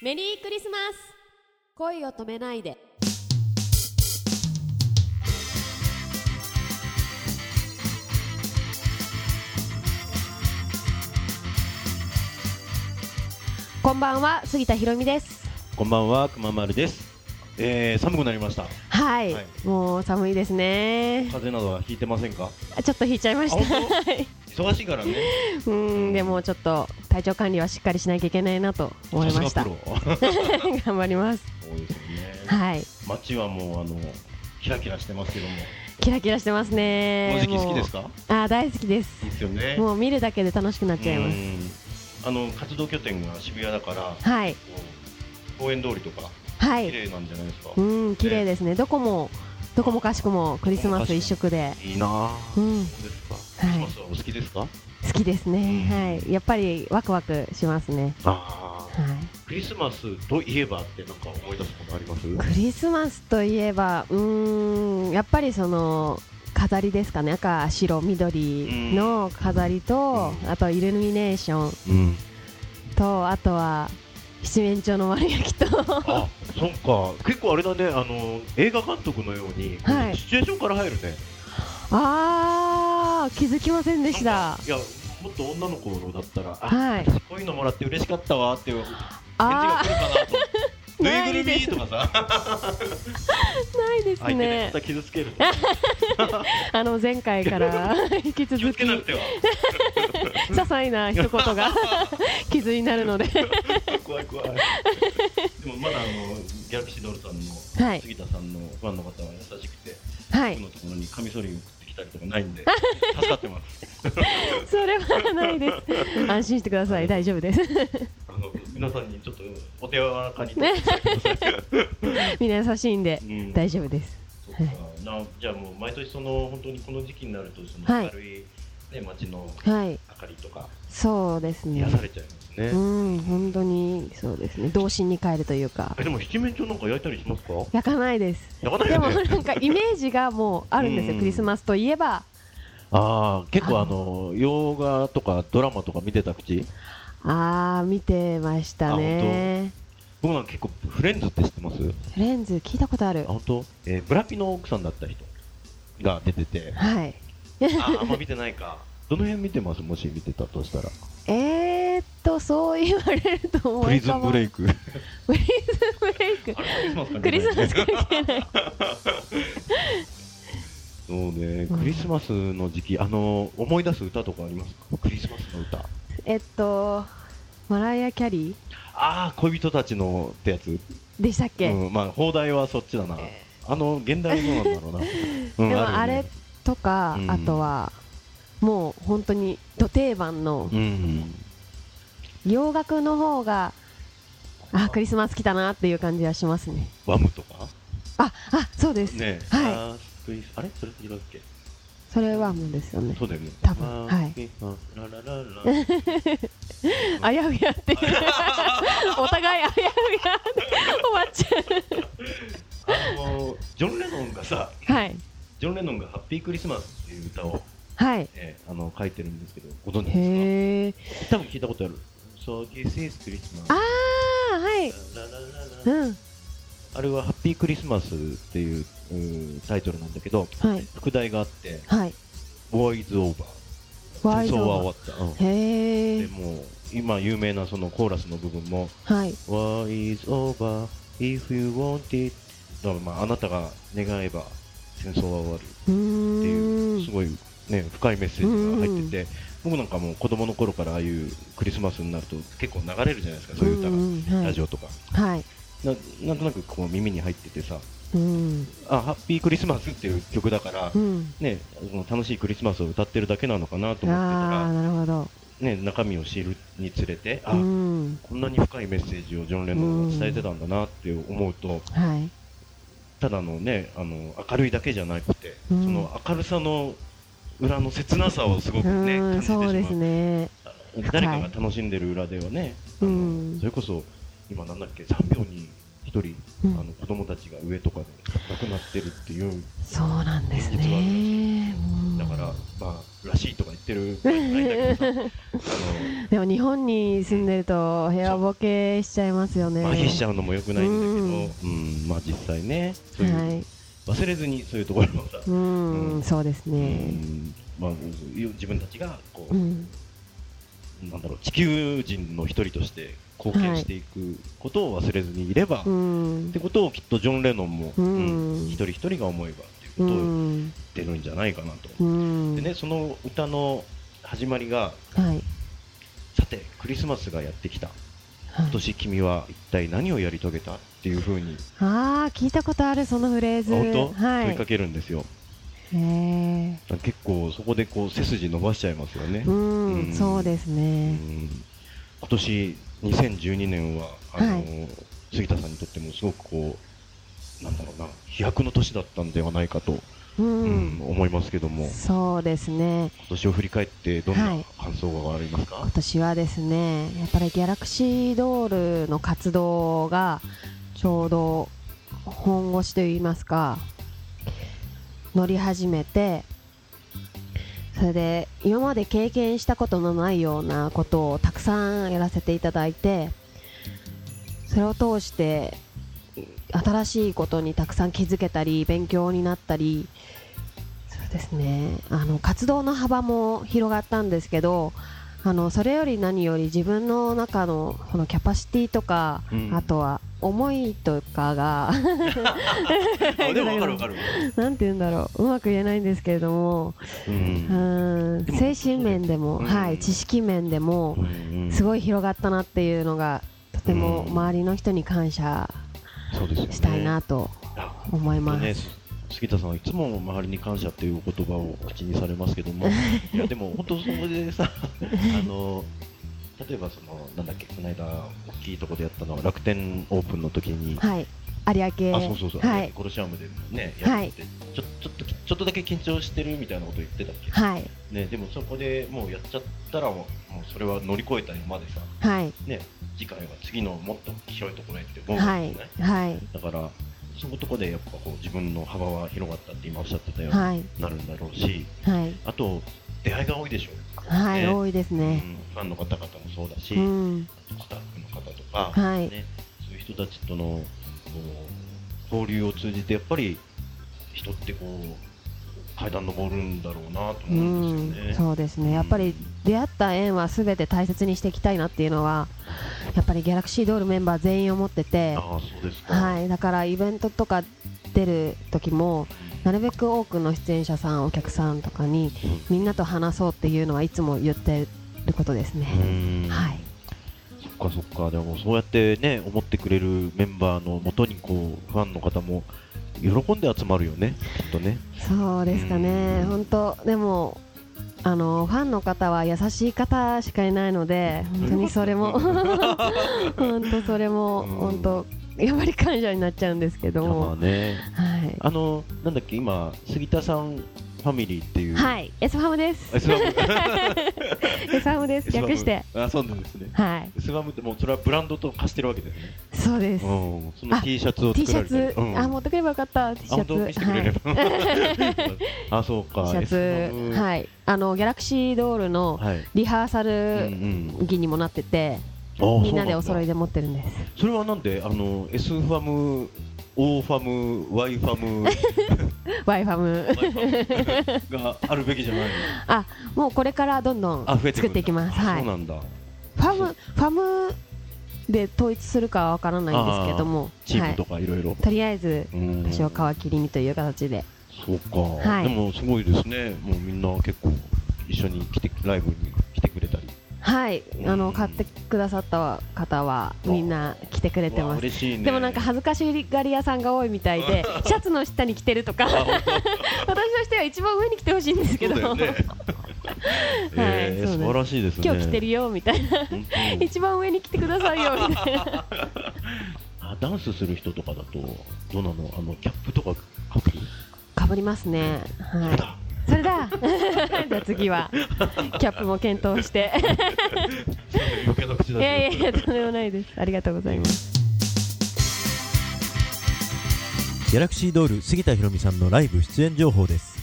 メリークリスマス恋を止めないでこんばんは杉田ひろみですこんばんは、くままるです。えー、寒くなりました。はい、はいもう寒いですね風邪などはひいてませんか。あちょっと引いちゃいましあた本当はい忙しいからね。うんでもちょっと体調管理はしっかりしなきゃいけないなと思いましたさすがプロ 頑張りますそうですね。はい街はもう、あの、キラキラしてますけども。キラキラしてますこねの時期好きですかか。あー大好きですいいですよね。もう見るだけで楽しくなっちゃいます。す。あの、活動拠点が渋谷だから。こはい、う公園通りとか、は綺い、麗なんじゃないですか。うん、綺麗ですね。どこも、どこもかしこもクリスマス一色で、いいなあ。うそん、うですか。クはいリスマスはお好きですか。好きですね。はい、やっぱりワクワクしますね。ああ。はい。クリスマスといえばって、なんか思い出すことあります。クリスマスといえば、うーん、やっぱりその。飾りですかね赤、白、緑の飾りと、うんあとイルミネーションうん。とあとは七面鳥の丸焼きとあ、そっか。結構あれだね、あの映画監督のように、はいシチュエーションから入るね。あー気づきませんでしなたんかいや、もっと女の子だったら、あ、はい私こういうのもらって嬉しかったわっていう返事あが来るかなと思って。ぬないぐるみとかさ、ーないですね相手で絶対傷つ ける。あの前回から 引き気を続つきけなく些ては。細な一言が 傷になるの で怖 い怖い。でもまだあのギャラクシードールさんの、はい杉田さんのファンの方は優しくて、は僕いのところにカミソリ送ってきたりとかな いんで、助かってます。それはないです 安心してください大丈夫ですあの皆さんにちょっとお手柔らかにとっていただきます。みんな優しいんでうん大丈夫ですそうかなじゃあもう毎年その本当にこの時期になるとそのはい明るい、ね、街のはい明かりとかそうですね癒されちゃいますね、うん本当にそうですね童心に帰るというかえでも七面鳥なんか焼いたりしますか焼かないです焼かないでもなよねんかイメージがもうあるんですうよんクリスマスといえばああ結構構ああの洋画とかドラマとか見てた口あー見てましたね僕なんか結構フレンズって知ってますフレンズ聞いたことあある本当、えーブラピの奥さんだった人が出 ててはいああんま見てないかどの辺見てますもし見てたとしたらえーっとそう言われると思プいリ浮ズかンばブレイクプリズンブレイクあれクリスマス ク関係リスマスないね関係ないそうねうんクリスマスの時期あの思い出す歌とかありますかクリスマスの歌えっとマライア・キャリああ恋人たちのってやつ、ーでしたっけ、うん、まあ放題はそっちだな、えあの現代のなんだろ うな、うんでもるあれねとか、うんあとはもう本当にど定番のうん洋楽の方があクリスマス来たなっていう感じはしますねワムとかああそうです、ねはいあークリスあれそれ違うっけそれはもうですよねそうだよね多分あーはいクリスマスララララあやふや っていうお互いあやふやで終わっちあのジョン・レノンがさゃうはいジョン・レノンが「ハッピークリスマス」っていう歌を、はいね、あの書いてるんですけどご存知ですかへえ多分聞いたことある。そう、This is Christmas。ああはいラララララうんあれはハッピークリスマスっていううータイトルなんだけど、はい副題があって、はい。 War is over。ワイ戦争ドはは終わった。うんへでえ。もう今有名なそのコーラスの部分もはい。 War is over if you want it だからまああなたが願えば戦争は終うわるっていーうすん。ごいね深いメッセージが入ってて僕なんかもう子供の頃からああいうクリスマスになると結構流れるじゃないですかそういう歌がんんはい、ラジオとかはい。ななんとなくこう耳に入っててさうん。あハッピークリスマスっていう曲だから、うん。ね、その楽しいクリスマスを歌ってるだけなのかなと思ああ、ってなるほど。たら、ね、中身を知るにつれてあ、うん。こんなに深いメッセージをジョン・レノンが伝えてたんだなって思うとはい。ただの,、ね、あの明るいだけじゃなくて、うんその明るさの裏の切なさをすごくうーねん、感じてしそうですまうね。誰かが楽しんでる裏ではね、あのうんそれこそ今なんだっけ3秒に1人うんあの子供たちが上とかで亡くなってるっていうそうなんですね。うんだから、まあ、らしいとか言ってるわけじゃないんだけどさ あでの、も日本に住んでると部屋ボケしちゃいますよね。まあ、しちゃうのも良くないんだけど、うん、まあ、実際ね、そういう、はい。忘れずにそういうところもさ、うん、うんそうですうね。ん、まあ、自分たちが、こうう、ん、なんだろう、地球人の一人として貢献していくことを忘れずにいれば、うんって、ことをきっとジョン・レノンも、うんうん一人一人が思えばっていううことを言っん、てるんじゃないかなと。うん、でね、その歌の始まりが、はい、さて、クリスマスがやってきた。はい今年君は一体何をやり遂げたっていうふうに、ああ、聞いたことある、そのフレーズ。本は当、問いいか。けるんですよ。へえ。だから結構そこでこう背筋伸ばしちゃいますよね。う、うんんそうですうんね。今年2012年はあの、はい杉田さんにとってもすごくこうなんだろうな飛躍の年だったんではないかと、ううんん、思いますけどもそうですね。今年を振り返ってどんなはい感想がありますか、今年はですねやっぱりギャラクシードールの活動がちょうど本腰といいますか乗り始めてそれで今まで経験したことのないようなことをたくさんやらせていただいてそれを通して新しいことにたくさん気づけたり勉強になったりそうですねあの活動の幅も広がったんですけどあのそれより何より自分の中のこのキャパシティとか、うんあとは思いとかが あ でもわかるわかる。なんて言うんだろううまく言えないんですけれども ううんーんでも精神面でも、うんはい、知識面でもうんすごい広がったなっていうのがとてもうん周りの人に感謝そうですよねしたいなとあ思います。ね、す杉田さんはいつも周りに感謝っていうお言葉を口にされますけ ども、いやでも本当そこでさ、あの例えばそのなんだっけこの間大きいとこでやったのは楽天オープンの時に、はい、有明あそうそうそう、はあれい、コロシアムでねはやいるって、ちょちょっとちょっとだけ緊張してるみたいなこと言ってたっけ、はい、ねでもそこでもうやっちゃったらもうもうそれは乗り越えた今までさ、はい、ね次回は次のもっと広いところへって思うわけじゃはないい、はい、だから、そこのとこでやっぱこう自分の幅は広がったって今おっしゃってたようにはい、なるんだろうし、はい、あと出会いが多いでしょう、はい、ね多いですうんね。ファンの方々もそうだし、うん、スタッフの方とか、はい、ね、そういう人たちとのこう交流を通じて、やっぱり人ってこう階段登るんだろうなとう思うんんですよね。そうですね。やっぱり出会った縁はすべて大切にしていきたいなっていうのは、やっぱりギャラクシードールメンバー全員思ってて、ああ、そうですか。はい、だからイベントとか出る時も、うんなるべく多くの出演者さん、お客さんとかにみんなと話そうっていうのはいつも言ってることですね。うんはい、そっかそっか、でもそうやってね、思ってくれるメンバーのもとにこう、ファンの方も喜んで集まるよね、きっとね。そうですかね、うん本当、でも、あのファンの方は優しい方しかいないので、本当にそれ も、本当、それも、うん本当、やっぱり感謝になっちゃうんですけどまあも、ね、はい、あの、なんだっけ、今、杉田さんファミリーっていう。い。はい、S ファムです、スワム。 S ファムです、スワ ム略して、。あ、そうなんですね。はい、スワムってもうそれはブランドと化してるわけですね。そうでうんす、、そのあ T シャツを T シ作らャれたりツ、あ、持ってくればよかった、T シあ本当ャ見せてツ、くはれれい。ば。 あ、そうか。 T シャ S ツ、ワムはい、あのギャラクシードールのはい。リハーサうルんうん着にもなってて、あそうなんだみんなでお揃いで持ってるんです。それはなんであの S ファム O ファム Y ファムワイファム Y ファ ムがあるべきじゃないのもうこれからどんどんあ増えて作くるっんだていきます。あはそうい。なんだファムファムで統一するかはわからないんですけども、チーはムいと。かいろいろとりあえずうん私を皮切りにという形で、そうか、はいでもすごいですねもうみんな結構一緒に来てライブに来てくれたりはい。あうんの買ってくださった方はみんな来てくれてわあます。嬉しいねでもなんか恥ずかしがり屋さんが多いみたいでシャツの下に着てるとか私としては一番上に着てほしいんですけそうど、だよね えーそうです素晴らしいですね今日着てるよみたいな本 当一番上に着てくださいよみたいなあダンスする人とかだとどうなのあのキャップとかかぶるかぶりますねはいだそれだ じゃあ次はキャップも検討して余計な口だしいやいやいやとんでもないですありがとうございますギャラクシードール杉田博美さんのライブ出演情報です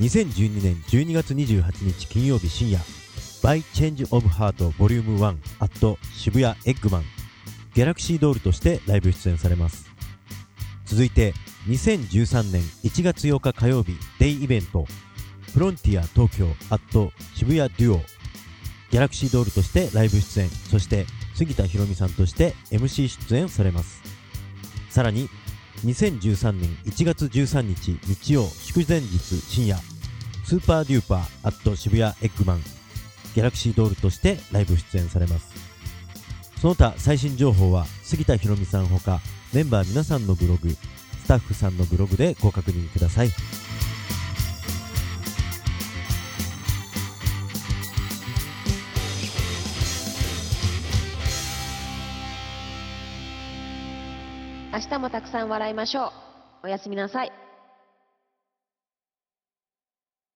2012年12月28日金曜日深夜 By Change of Heart Vol.1 at 渋谷エッグマンギャラクシードールとしてライブ出演されます続いて2013年1月8日火曜日デイイベントフロンティア東京 at 渋谷デュオギャラクシードールとしてライブ出演そして杉田ひろみさんとして MC 出演されますさらに2013年1月13日日曜祝前日深夜スーパーデューパーアット渋谷エッグマンギャラクシードールとしてライブ出演されますその他最新情報は杉田ひろみさんほかメンバー皆さんのブログスタッフさんのブログでご確認ください明日もたくさん笑いましょうおやすみなさい